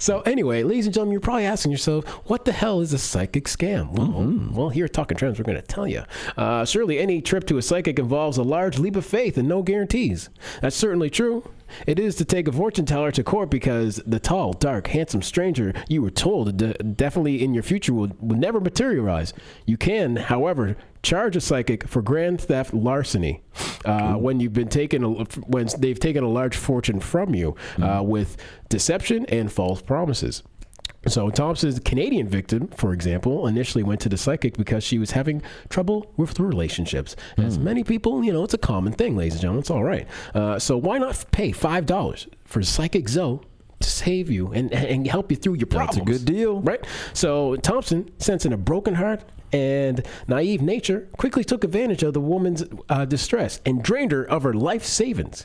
Speaker 1: So anyway, ladies and gentlemen, you're probably asking yourself, what the hell is a psychic scam? Well, well here at Talking Trends, we're going to tell you. Uh, surely any trip to a psychic involves a large leap of faith and no guarantees. That's certainly true. It is to take a fortune teller to court because the tall, dark, handsome stranger you were told de- definitely in your future will, will never materialize. You can, however, charge a psychic for grand theft larceny uh, when you've been taken a, when they've taken a large fortune from you uh,
Speaker 2: Hmm.
Speaker 1: with deception and false promises. So Thompson's Canadian victim, for example, initially went to the psychic because she was having trouble with her relationships. As
Speaker 2: Hmm.
Speaker 1: many people, you know, it's a common thing, ladies and gentlemen. It's all right. Uh, so why not pay five dollars for psychic Zoe to save you and and help you through your problems?
Speaker 2: That's a good deal.
Speaker 1: right? So Thompson, sensing a broken heart and naive nature, quickly took advantage of the woman's uh, distress and drained her of her life savings.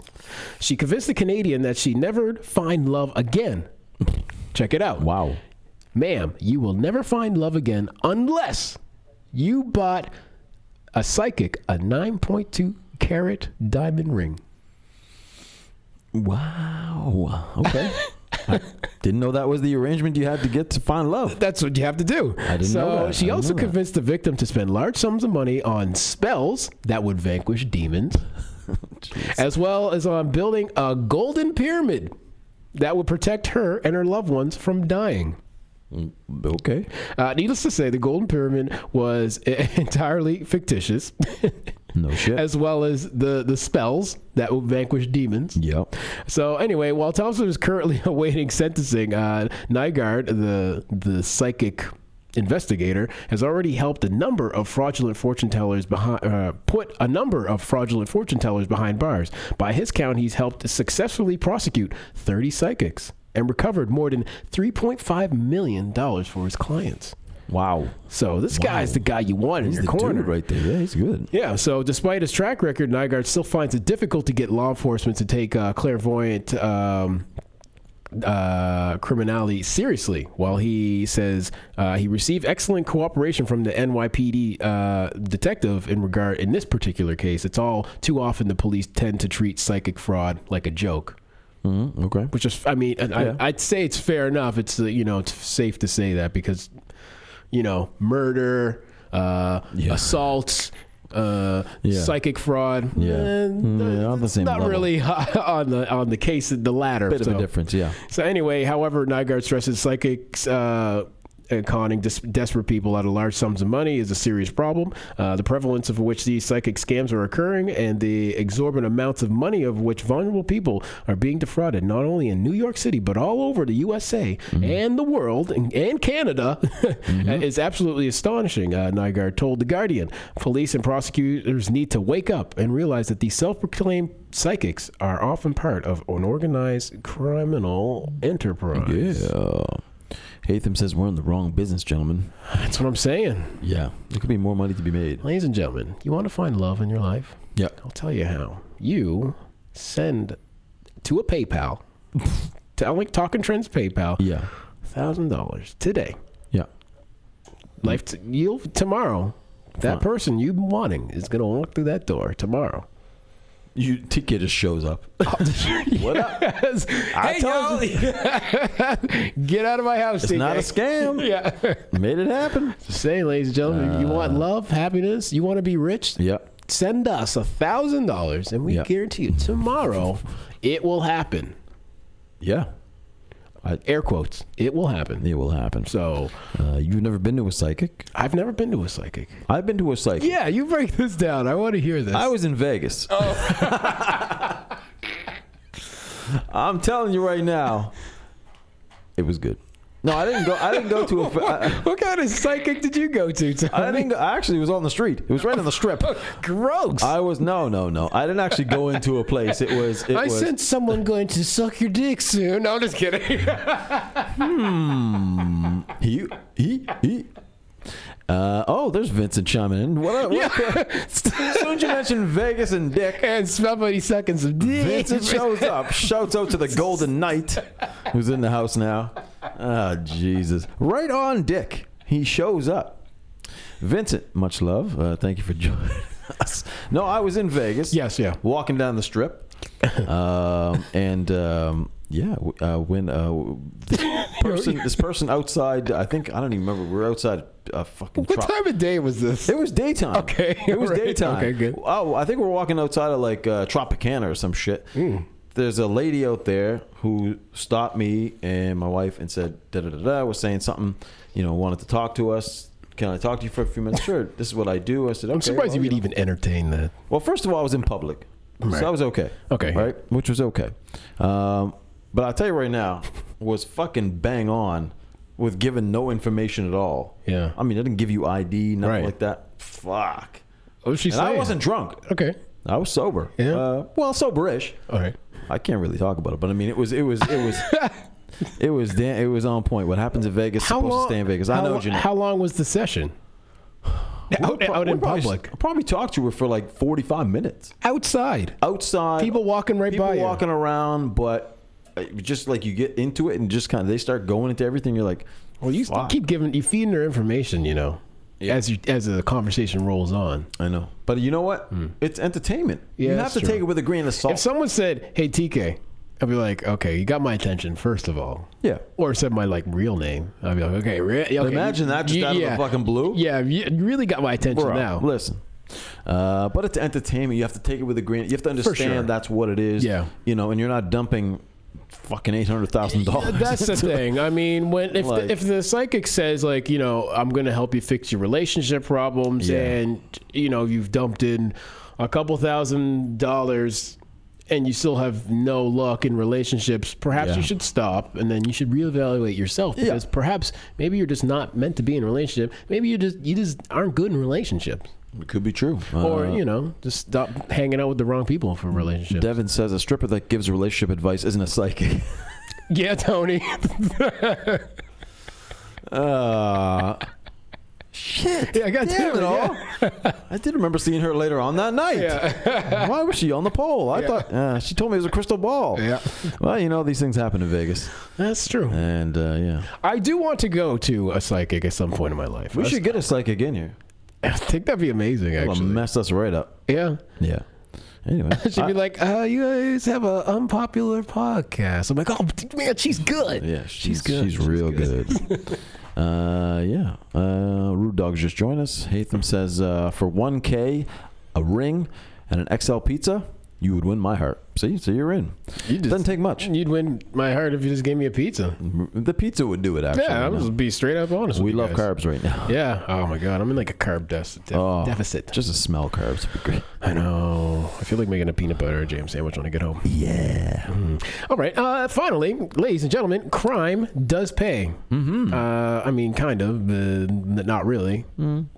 Speaker 1: She convinced the Canadian that she never find love again. Check it out.
Speaker 2: Wow.
Speaker 1: Ma'am, you will never find love again unless you bought a psychic a 9.2 carat diamond ring.
Speaker 2: Wow. Okay. I didn't know that was the arrangement you had to get to find love.
Speaker 1: That's what you have to do.
Speaker 2: I didn't
Speaker 1: so
Speaker 2: know that. I
Speaker 1: she
Speaker 2: didn't
Speaker 1: also
Speaker 2: know that.
Speaker 1: convinced the victim to spend large sums of money on spells that would vanquish demons, as well as on building a golden pyramid that would protect her and her loved ones from dying.
Speaker 2: Okay.
Speaker 1: Uh, needless to say, the Golden Pyramid was entirely fictitious.
Speaker 2: No shit.
Speaker 1: as well as the the spells that will vanquish demons.
Speaker 2: yep.
Speaker 1: So anyway, while Thompson is currently awaiting sentencing, uh, Nygaard, the the psychic investigator, has already helped a number of fraudulent fortune tellers behind uh, put a number of fraudulent fortune tellers behind bars. By his count, he's helped successfully prosecute 30 psychics and recovered more than 3.5 million dollars for his clients.
Speaker 2: Wow.
Speaker 1: So this guy's the guy you want in
Speaker 2: He's
Speaker 1: your
Speaker 2: the
Speaker 1: corner.
Speaker 2: dude right there. Yeah, he's good.
Speaker 1: Yeah, so despite his track record, Nygaard still finds it difficult to get law enforcement to take uh, clairvoyant um, uh, criminality seriously. While he says uh, he received excellent cooperation from the NYPD uh, detective in regard in this particular case, it's all too often the police tend to treat psychic fraud like a joke.
Speaker 2: Mm, okay.
Speaker 1: Which is, I mean, I,
Speaker 2: Yeah.
Speaker 1: I, I'd say it's fair enough. It's uh, you know, it's safe to say that because, you know, murder, uh,
Speaker 2: Yeah.
Speaker 1: assaults, uh,
Speaker 2: Yeah.
Speaker 1: psychic fraud,
Speaker 2: Yeah.
Speaker 1: eh,
Speaker 2: Mm,
Speaker 1: th-
Speaker 2: yeah, on the same
Speaker 1: not
Speaker 2: level.
Speaker 1: really on the on the case of the latter.
Speaker 2: Bit
Speaker 1: so.
Speaker 2: of a difference. Yeah.
Speaker 1: So anyway, however, Nygaard stresses psychics uh, uh, conning dis- desperate people out of large sums of money is a serious problem. Uh, the prevalence of which these psychic scams are occurring and the exorbitant amounts of money of which vulnerable people are being defrauded, not only in New York City but all over the USA and the world and, and Canada, is absolutely astonishing. Uh, Nygaard told the Guardian, police and prosecutors need to wake up and realize that these self-proclaimed psychics are often part of an organized criminal enterprise.
Speaker 2: Yeah. Hatham says we're in the wrong business, gentlemen.
Speaker 1: That's what I'm saying.
Speaker 2: Yeah. There could be more money to be made.
Speaker 1: Ladies and gentlemen, you want to find love in your life?
Speaker 2: Yeah.
Speaker 1: I'll tell you how. You send to a PayPal, to like Talking Trends PayPal,
Speaker 2: Yeah.
Speaker 1: $1,000 today.
Speaker 2: Yeah.
Speaker 1: Life to, you'll tomorrow That person you've been wanting is going to walk through that door tomorrow.
Speaker 2: You TK just shows up. what up?
Speaker 1: Yes.
Speaker 2: I
Speaker 1: Hey,
Speaker 2: told
Speaker 1: y'all. Get out of my house,
Speaker 2: It's
Speaker 1: TK.
Speaker 2: not a scam.
Speaker 1: yeah. Uh.
Speaker 2: Made it happen.
Speaker 1: Just saying, ladies and gentlemen, if you want love, happiness, you want to be rich,
Speaker 2: Yep.
Speaker 1: send us a thousand dollars and we
Speaker 2: Yeah.
Speaker 1: guarantee you tomorrow it will happen.
Speaker 2: Yeah.
Speaker 1: Air quotes. It will happen.
Speaker 2: It will happen.
Speaker 1: So
Speaker 2: Uh, you've never been to a psychic?
Speaker 1: I've never been to a psychic.
Speaker 2: I've been to a psychic.
Speaker 1: Yeah, you break this down. I want to hear this.
Speaker 2: I was in Vegas. Oh.
Speaker 1: Oh.
Speaker 2: I'm telling you right now, it was good. No, I didn't go. I didn't go to a. I,
Speaker 1: what kind of psychic did you go to? Tony?
Speaker 2: I didn't. Go, I actually was on the street. It was right on the strip.
Speaker 1: Gross. I,
Speaker 2: I was no, no, no. I didn't actually go into a place. It was. It was.
Speaker 1: sense someone going to suck your dick soon. No, I'm just kidding.
Speaker 2: He he he. Uh, oh, there's Vincent chiming in. What up? What up? As soon as you mention Vegas and Dick,
Speaker 1: and somebody sucking some dick.
Speaker 2: Vincent shows up. Shouts out to the Golden Knight, who's in the house now. Ah, Jesus. Right on, Dick. He shows up. Vincent, much love. Uh, thank you for joining us. No, I was in Vegas.
Speaker 1: Yes, yeah.
Speaker 2: Walking down the strip. um, and um, yeah, w- uh, when uh, w- this person, this person outside, I think I don't even remember. We were outside a fucking.
Speaker 1: What
Speaker 2: tro-
Speaker 1: time of day was this?
Speaker 2: it was daytime.
Speaker 1: Okay,
Speaker 2: It was
Speaker 1: alright.
Speaker 2: daytime.
Speaker 1: Okay, good.
Speaker 2: Oh, I think we're walking outside of like uh, Tropicana or some shit.
Speaker 1: Mm.
Speaker 2: There's a lady out there who stopped me and my wife and said, da da da da, was saying something, you know, wanted to talk to us. Can I talk to you for a few minutes? Sure. This is what I do. I said, okay.
Speaker 1: I'm surprised
Speaker 2: well,
Speaker 1: you would
Speaker 2: know.
Speaker 1: even entertain that.
Speaker 2: Well, first of all, I was in public,
Speaker 1: Right.
Speaker 2: so I was okay.
Speaker 1: Okay.
Speaker 2: right, which was okay. Um, but I'll tell you right now, was fucking bang on with giving no information at all.
Speaker 1: Yeah.
Speaker 2: I mean, I didn't give you ID, nothing
Speaker 1: Right.
Speaker 2: like that. Fuck.
Speaker 1: Oh, she's.
Speaker 2: And I wasn't drunk.
Speaker 1: Okay.
Speaker 2: I was sober.
Speaker 1: Yeah.
Speaker 2: Uh, well, soberish.
Speaker 1: All right.
Speaker 2: I can't really talk about it, but I mean, it was, it was, it was, it was, da- it was on point. What happens in Vegas?
Speaker 1: How
Speaker 2: supposed
Speaker 1: long?
Speaker 2: to stay in Vegas. I
Speaker 1: how
Speaker 2: know
Speaker 1: lo-
Speaker 2: what you know.
Speaker 1: How long was the session? out
Speaker 2: Pro-
Speaker 1: out in
Speaker 2: we probably-
Speaker 1: public,
Speaker 2: I probably talked to her for like forty-five minutes
Speaker 1: outside,
Speaker 2: outside.
Speaker 1: people walking right
Speaker 2: people
Speaker 1: by
Speaker 2: walking around, but uh, just like you get into it and just kind of they start going into everything. You're like,
Speaker 1: you. Well, you s-
Speaker 2: Fuck.
Speaker 1: keep giving, you feeding her information, you know,
Speaker 2: Yeah.
Speaker 1: as you as the conversation rolls on.
Speaker 2: I know, but you know what? It's entertainment.
Speaker 1: Yeah,
Speaker 2: you have
Speaker 1: that's
Speaker 2: to
Speaker 1: true.
Speaker 2: take it with a grain of salt.
Speaker 1: If someone said, "Hey, TK," I'd be like, "Okay, you got my attention." First of all,
Speaker 2: yeah.
Speaker 1: or said my like real name, I'd be like, "Okay, re- okay
Speaker 2: Imagine
Speaker 1: you-
Speaker 2: that just
Speaker 1: you-
Speaker 2: out of the
Speaker 1: yeah.
Speaker 2: fucking blue.
Speaker 1: Yeah, you you really got my attention
Speaker 2: Bro,
Speaker 1: now.
Speaker 2: listen. Uh, but it's entertainment. You have to take it with a grain. You have to understand
Speaker 1: sure.
Speaker 2: that's what it is.
Speaker 1: Yeah.
Speaker 2: You know, and you're not dumping fucking eight hundred thousand dollars.
Speaker 1: That's the thing. I mean, when if
Speaker 2: Like-
Speaker 1: the, if the psychic says like, you know, I'm going to help you fix your relationship problems,
Speaker 2: Yeah.
Speaker 1: and you know, you've dumped in a couple thousand dollars, and you still have no luck in relationships, perhaps
Speaker 2: Yeah.
Speaker 1: you should stop, and then you should reevaluate yourself
Speaker 2: Yeah.
Speaker 1: because perhaps maybe you're just not meant to be in a relationship. Maybe you just you just aren't good in relationships,
Speaker 2: It could be true.
Speaker 1: or
Speaker 2: Uh,
Speaker 1: you know, just stop hanging out with the wrong people for relationships.
Speaker 2: Devin says a stripper that gives relationship advice isn't a psychic.
Speaker 1: yeah, Tony.
Speaker 2: Uh, shit.
Speaker 1: Yeah, goddamn
Speaker 2: Damn
Speaker 1: it,
Speaker 2: it all. I did remember seeing her later on that night. Why was she on the pole? I
Speaker 1: Yeah.
Speaker 2: thought uh, she told me it was a crystal ball.
Speaker 1: Yeah.
Speaker 2: Well, you know these things happen in Vegas,
Speaker 1: That's true.
Speaker 2: and uh, yeah,
Speaker 1: I do want to go to a psychic at some point in my life.
Speaker 2: we should get a psychic in here.
Speaker 1: I think that'd be amazing,
Speaker 2: It'll
Speaker 1: actually.
Speaker 2: mess us right up.
Speaker 1: Yeah.
Speaker 2: Yeah. Anyway,
Speaker 1: She'd
Speaker 2: I-
Speaker 1: be like, uh, you guys have an unpopular podcast. I'm like, oh, man, she's good.
Speaker 2: yeah, she's,
Speaker 1: good.
Speaker 2: She's real good. uh, yeah. Uh, Rude Dogs just joined us. Hatham says uh, for one k, a ring, and an XL pizza, you would win my heart. See, so you're in.
Speaker 1: You just-
Speaker 2: Doesn't take much.
Speaker 1: You'd win my heart if you just gave me a pizza.
Speaker 2: The pizza would do it. Actually,
Speaker 1: yeah, I'll
Speaker 2: you know.
Speaker 1: just be straight up honest.
Speaker 2: we
Speaker 1: with you
Speaker 2: love
Speaker 1: guys.
Speaker 2: carbs right now.
Speaker 1: Yeah. Oh my god, I'm in like a carb deficit. Def-
Speaker 2: Oh.
Speaker 1: deficit.
Speaker 2: Just a smell carbs would be great.
Speaker 1: I know. I feel like making a peanut butter or jam sandwich when I get home.
Speaker 2: Yeah.
Speaker 1: All right. Uh, finally, ladies and gentlemen, crime does pay. Mm-hmm. Uh, I mean, kind of, but not really.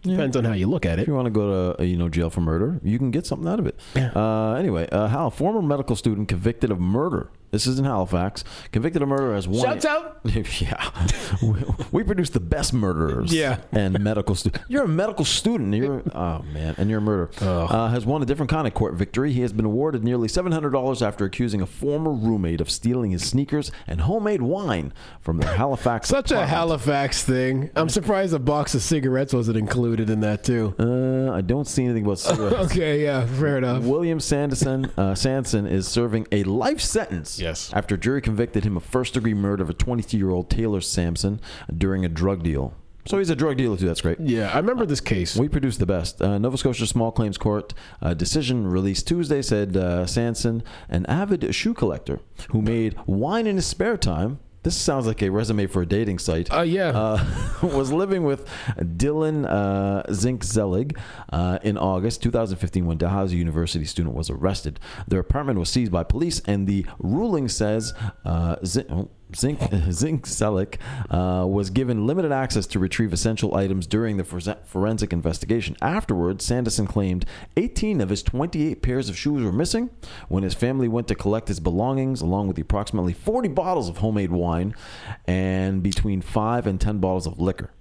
Speaker 1: Depends on how you look at
Speaker 2: Hmm?
Speaker 1: it.
Speaker 2: If you want to go to uh, you know jail for murder, you can get something out of it.
Speaker 1: Yeah.
Speaker 2: Uh, anyway, uh, Hal, former medical student convicted of murder This is in Halifax. Convicted of murder as one.
Speaker 1: Shouts out.
Speaker 2: yeah. We, we produce the best murderers.
Speaker 1: Yeah.
Speaker 2: And medical student. You're a medical student. You're oh man, and you're a murderer. Uh, has won a different kind of court victory. He has been awarded nearly seven hundred dollars after accusing a former roommate of stealing his sneakers and homemade wine from their Halifax.
Speaker 1: Such a
Speaker 2: apartment.
Speaker 1: Halifax thing. I'm surprised a box of cigarettes wasn't included in that too.
Speaker 2: Uh, I don't see anything about cigarettes.
Speaker 1: Okay, yeah, fair enough.
Speaker 2: William Sanderson uh, Sanson is serving a life sentence.
Speaker 1: Yes.
Speaker 2: After a jury convicted him of first degree murder of a 22 year old Taylor Sampson during a drug deal. So he's a drug dealer too. That's great.
Speaker 1: Yeah, I remember this case.
Speaker 2: We produce the best. Uh, Nova Scotia Small Claims Court uh, decision released Tuesday said uh, Sanson, an avid shoe collector who made wine in his spare time. This sounds like a resume for a dating site.
Speaker 1: Uh, yeah.
Speaker 2: Uh, was living with Dylan uh, Zink Zelig uh, in August 2015 when Dalhousie University student was arrested. Their apartment was seized by police, and the ruling says uh, Zink. Zink, Zink Selick uh, was given limited access to retrieve essential items during the forse- forensic investigation. Afterwards, Sanderson claimed 18 of his 28 pairs of shoes were missing. When his family went to collect his belongings, along with the approximately 40 bottles of homemade wine and between 5 and 10 bottles of liquor.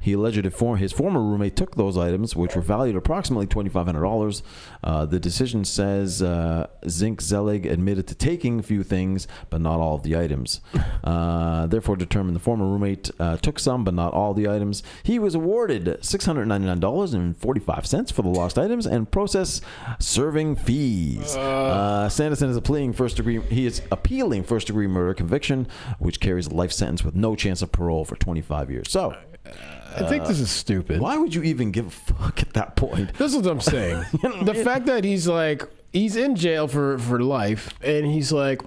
Speaker 2: He alleged that for his former roommate took those items, which were valued approximately twenty five hundred dollars. Uh, the decision says uh, Zink Zelig admitted to taking a few things, but not all of the items. Uh, therefore, determined the former roommate uh, took some, but not all the items. He was awarded six hundred ninety nine dollars and forty five cents for the lost items and process serving fees. Uh, Sanderson is appealing first degree. He is appealing first degree murder conviction, which carries a life sentence with no chance of parole for twenty five years. So.
Speaker 1: I think this is stupid.
Speaker 2: Why would you even give a fuck at that point?
Speaker 1: This is what I'm saying. the fact that he's like he's in jail for for life, and he's like,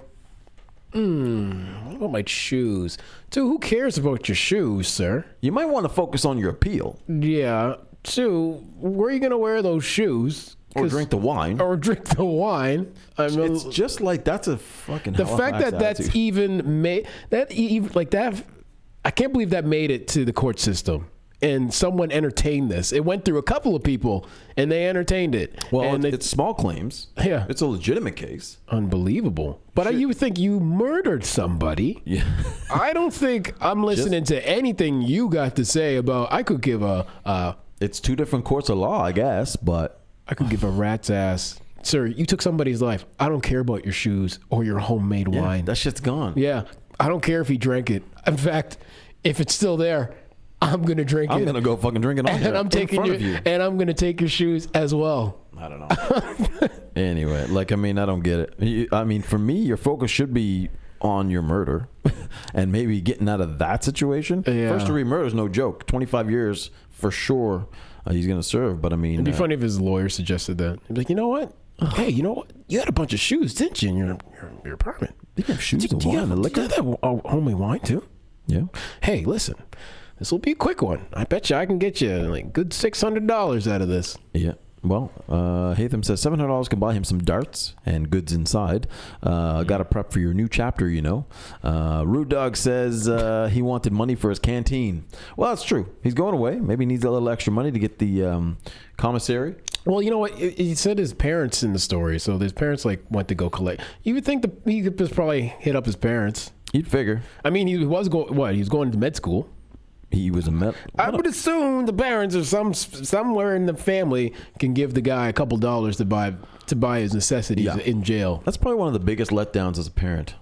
Speaker 1: hmm, what about my shoes? Two, who cares about your shoes, sir?
Speaker 2: You might want to focus on your appeal
Speaker 1: Yeah. Two, where are you gonna wear those shoes?
Speaker 2: or
Speaker 1: 'Cause-
Speaker 2: drink the wine.
Speaker 1: or drink the wine. I mean,
Speaker 2: It's just like that's a fucking
Speaker 1: the fact that that's even made that e-, even like that i can't believe that made it to the court system and someone entertained this it went through a couple of people and they entertained it
Speaker 2: well,
Speaker 1: and
Speaker 2: it's,
Speaker 1: they-
Speaker 2: it's small claims.
Speaker 1: Yeah.
Speaker 2: it's a legitimate case.
Speaker 1: unbelievable but I, you think you murdered somebody
Speaker 2: Yeah,
Speaker 1: i don't think i'm listening to anything you got to say about i could give a uh,
Speaker 2: it's two different courts of law, I guess. But
Speaker 1: i could give a rat's ass sir you took somebody's life i don't care about your shoes or your homemade
Speaker 2: yeah,
Speaker 1: wine
Speaker 2: that shit's gone.
Speaker 1: Yeah. I don't care if he drank it. In fact, if it's still there, I'm gonna drink
Speaker 2: I'm
Speaker 1: it.
Speaker 2: gonna go fucking drink it all.
Speaker 1: and I'm taking
Speaker 2: in front
Speaker 1: your,
Speaker 2: of you.
Speaker 1: and I'm gonna take your shoes as well.
Speaker 2: I don't know. anyway, like I mean, I don't get it. You, I mean, for me, your focus should be on your murder and maybe getting out of that situation.
Speaker 1: Yeah.
Speaker 2: First degree murder is no joke. Twenty five years for sure. Uh, he's gonna serve, but I mean,
Speaker 1: It'd be
Speaker 2: uh,
Speaker 1: funny if his lawyer suggested that. He'd be like, you know what? Hey, you know what? You had a bunch of shoes, didn't you, in your your, your apartment?
Speaker 2: they can have shoes
Speaker 1: Do
Speaker 2: and
Speaker 1: you
Speaker 2: wine
Speaker 1: have,
Speaker 2: and
Speaker 1: do
Speaker 2: liquor.
Speaker 1: you have that uh, homemade wine too?
Speaker 2: Yeah,
Speaker 1: Hey, listen, this will be a quick one. I bet you I can get you like good six hundred dollars out of this.
Speaker 2: yeah. Well, uh, Hatham says seven hundred dollars can buy him some darts and goods inside. Uh,
Speaker 1: Mm-hmm.
Speaker 2: Got to prep for your new chapter, you know. Uh, Rude Dog says uh, he wanted money for his canteen. Well, that's true. He's going away. Maybe he needs a little extra money to get the um, commissary.
Speaker 1: Well, you know what? He he said his parents in the story, so his parents like went to go collect. You would think the, he could just probably hit up his parents.
Speaker 2: You'd figure
Speaker 1: I mean, he was going. What he was going to med school.
Speaker 2: he was a met.
Speaker 1: I would assume the parents or some somewhere in the family can give the guy a couple dollars to buy to buy his necessities
Speaker 2: Yeah.
Speaker 1: in jail.
Speaker 2: That's probably one of the biggest letdowns as a parent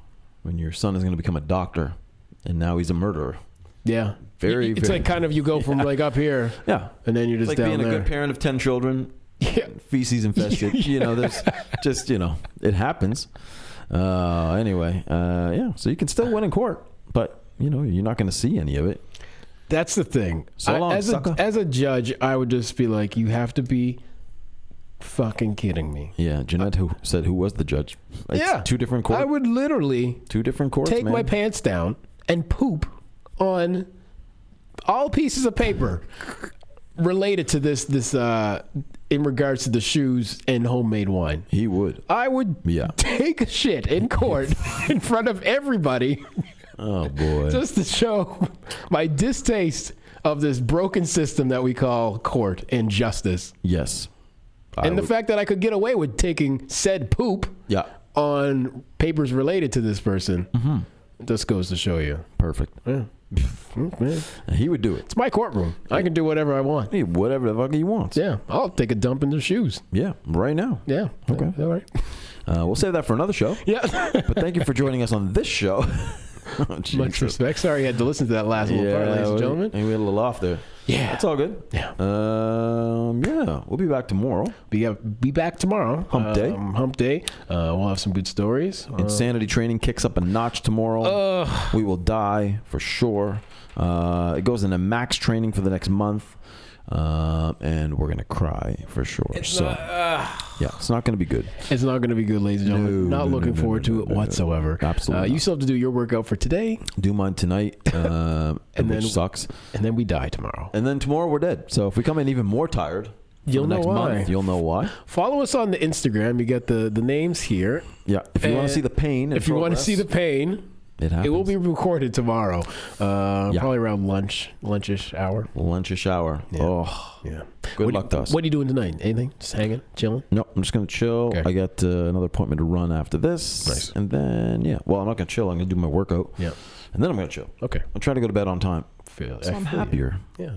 Speaker 2: when your son is going to become a doctor and now he's a murderer.
Speaker 1: Yeah,
Speaker 2: Very,
Speaker 1: It's
Speaker 2: very-
Speaker 1: like kind of you go from like up here,
Speaker 2: Yeah,
Speaker 1: and then you're just
Speaker 2: like
Speaker 1: down
Speaker 2: being
Speaker 1: there.
Speaker 2: a good parent of ten children.
Speaker 1: Yeah.
Speaker 2: feces infested. You know, there's just you know, it happens. Uh, anyway, uh, yeah. So you can still win in court, but you know, you're not going to see any of it.
Speaker 1: That's the thing.
Speaker 2: So
Speaker 1: I-
Speaker 2: long,
Speaker 1: as
Speaker 2: sucker.
Speaker 1: a as a judge, I would just be like, you have to be fucking kidding me.
Speaker 2: Yeah, Jeanette who said who was the judge? It's
Speaker 1: yeah,
Speaker 2: two different
Speaker 1: I
Speaker 2: courts.
Speaker 1: would literally
Speaker 2: two different courts.
Speaker 1: take
Speaker 2: man.
Speaker 1: my pants down and poop on all pieces of paper related to this this uh in regards to the shoes and homemade wine.
Speaker 2: he would.
Speaker 1: I would
Speaker 2: Yeah.
Speaker 1: take a shit in court in front of everybody
Speaker 2: Oh boy.
Speaker 1: just to show my distaste of this broken system that we call court and justice.
Speaker 2: yes. I
Speaker 1: and the
Speaker 2: would-
Speaker 1: fact that I could get away with taking said poop
Speaker 2: yeah.
Speaker 1: on papers related to this person.
Speaker 2: Mm-hmm.
Speaker 1: This goes to show you.
Speaker 2: Perfect.
Speaker 1: Yeah. Mm, yeah.
Speaker 2: He would do it.
Speaker 1: It's my courtroom. I can do whatever I want.
Speaker 2: Hey, whatever the fuck he wants.
Speaker 1: Yeah, I'll take a dump in their shoes.
Speaker 2: Yeah, right now.
Speaker 1: Yeah.
Speaker 2: Okay.
Speaker 1: All right.
Speaker 2: Uh, we'll save that for another show.
Speaker 1: Yeah.
Speaker 2: But thank you for joining us on this show. Oh,
Speaker 1: Much
Speaker 2: Jesus.
Speaker 1: respect. Sorry, you had to listen to that last little part, ladies and
Speaker 2: we-
Speaker 1: gentlemen.
Speaker 2: And we had a little off there.
Speaker 1: Yeah.
Speaker 2: That's all good.
Speaker 1: Yeah.
Speaker 2: Um, yeah. We'll be back tomorrow.
Speaker 1: Be be back tomorrow.
Speaker 2: Hump day.
Speaker 1: Um, hump day. Uh, we'll have some good stories. Uh,
Speaker 2: Insanity training kicks up a notch tomorrow.
Speaker 1: Ugh.
Speaker 2: we will die for sure. Uh, it goes into max training for the next month. Um, and we're gonna cry for sure. so yeah, it's not gonna be good.
Speaker 1: uh, it's not going to be good, ladies and gentlemen.
Speaker 2: No,
Speaker 1: not
Speaker 2: no, no,
Speaker 1: looking
Speaker 2: no,
Speaker 1: forward
Speaker 2: no,
Speaker 1: to
Speaker 2: no,
Speaker 1: it
Speaker 2: no, no.
Speaker 1: whatsoever.
Speaker 2: Absolutely
Speaker 1: Uh, you
Speaker 2: not.
Speaker 1: still have to do your workout for today,
Speaker 2: Do mine tonight, um,
Speaker 1: And
Speaker 2: which
Speaker 1: then-
Speaker 2: sucks.
Speaker 1: and then we die tomorrow.
Speaker 2: And then tomorrow we're dead. So if we come in even more tired, for
Speaker 1: You'll
Speaker 2: the
Speaker 1: know
Speaker 2: next
Speaker 1: why.
Speaker 2: Month, you'll know why.
Speaker 1: Follow us on the Instagram. You get the the names here.
Speaker 2: Yeah. If you want
Speaker 1: And
Speaker 2: to see the pain, in
Speaker 1: Eh, If you want to
Speaker 2: progress,
Speaker 1: see the pain,
Speaker 2: it happens.
Speaker 1: it will be recorded tomorrow, uh,
Speaker 2: Yeah.
Speaker 1: probably around lunch, lunchish hour.
Speaker 2: lunch or shower.
Speaker 1: Yeah.
Speaker 2: Oh,
Speaker 1: Yeah.
Speaker 2: good
Speaker 1: what
Speaker 2: luck
Speaker 1: do,
Speaker 2: to us.
Speaker 1: What are you doing tonight? Anything? Just hanging, chilling.
Speaker 2: No, I'm just gonna chill.
Speaker 1: Okay.
Speaker 2: I got uh, another appointment to run after this,
Speaker 1: Nice.
Speaker 2: and then yeah. Well, I'm not gonna chill. I'm gonna do my workout,
Speaker 1: Yeah.
Speaker 2: and then I'm gonna chill.
Speaker 1: Okay.
Speaker 2: I'm trying to go to bed on time,
Speaker 1: Feel,
Speaker 2: so
Speaker 1: I
Speaker 2: I'm
Speaker 1: feel you.
Speaker 2: happier.
Speaker 1: Yeah.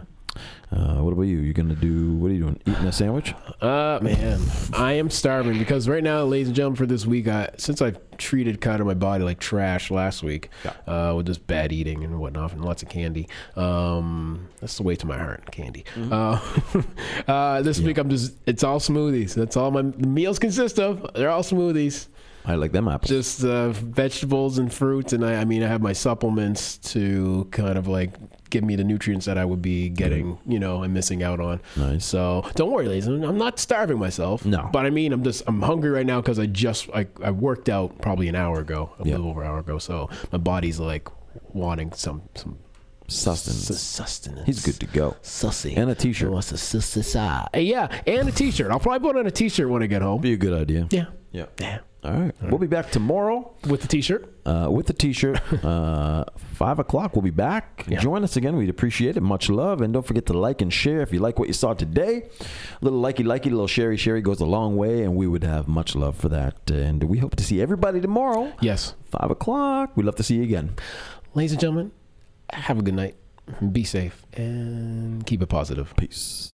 Speaker 2: Uh, what about you? You gonna do? What are you doing? Eating a sandwich?
Speaker 1: Uh man, I am starving because right now, ladies and gentlemen, for this week, I since I've treated kind of my body like trash last week uh, with just bad eating and whatnot and lots of candy. Um, that's the way to my heart, candy. Uh, uh, this week I'm just it's all smoothies. That's all my meals consist of. They're all smoothies,
Speaker 2: I like them apples.
Speaker 1: just uh, vegetables and fruits, and I, I mean I have my supplements to kind of like give me the nutrients that I would be getting, you know, and missing out on.
Speaker 2: nice.
Speaker 1: So don't worry, ladies. I'm I'm not starving myself.
Speaker 2: No.
Speaker 1: but I mean, I'm just I'm hungry right now because I just I, I worked out probably an hour ago, a
Speaker 2: Yeah.
Speaker 1: little over an hour ago. So my body's like wanting some some
Speaker 2: Sustenance.
Speaker 1: sus- sustenance.
Speaker 2: He's good to go.
Speaker 1: Sussy
Speaker 2: And a t-shirt.
Speaker 1: He wants a sus- sus- ah. Hey, yeah, and a t-shirt. I'll probably put on a t-shirt when I get home.
Speaker 2: Be a good idea.
Speaker 1: Yeah,
Speaker 2: Yeah.
Speaker 1: yeah,
Speaker 2: All right. We'll be back tomorrow
Speaker 1: with the t-shirt.
Speaker 2: uh, with the T-shirt. Uh, Five o'clock. We'll be back.
Speaker 1: Yeah.
Speaker 2: Join us again. We'd appreciate it. Much love, and don't forget to like and share if you like what you saw today. Little likey likey, little sherry sherry goes a long way, and we would have much love for that. And we hope to see everybody tomorrow,
Speaker 1: Yes,
Speaker 2: five o'clock. We'd love to see you again.
Speaker 1: ladies and gentlemen, have a good night. Be safe and keep it positive.
Speaker 2: Peace.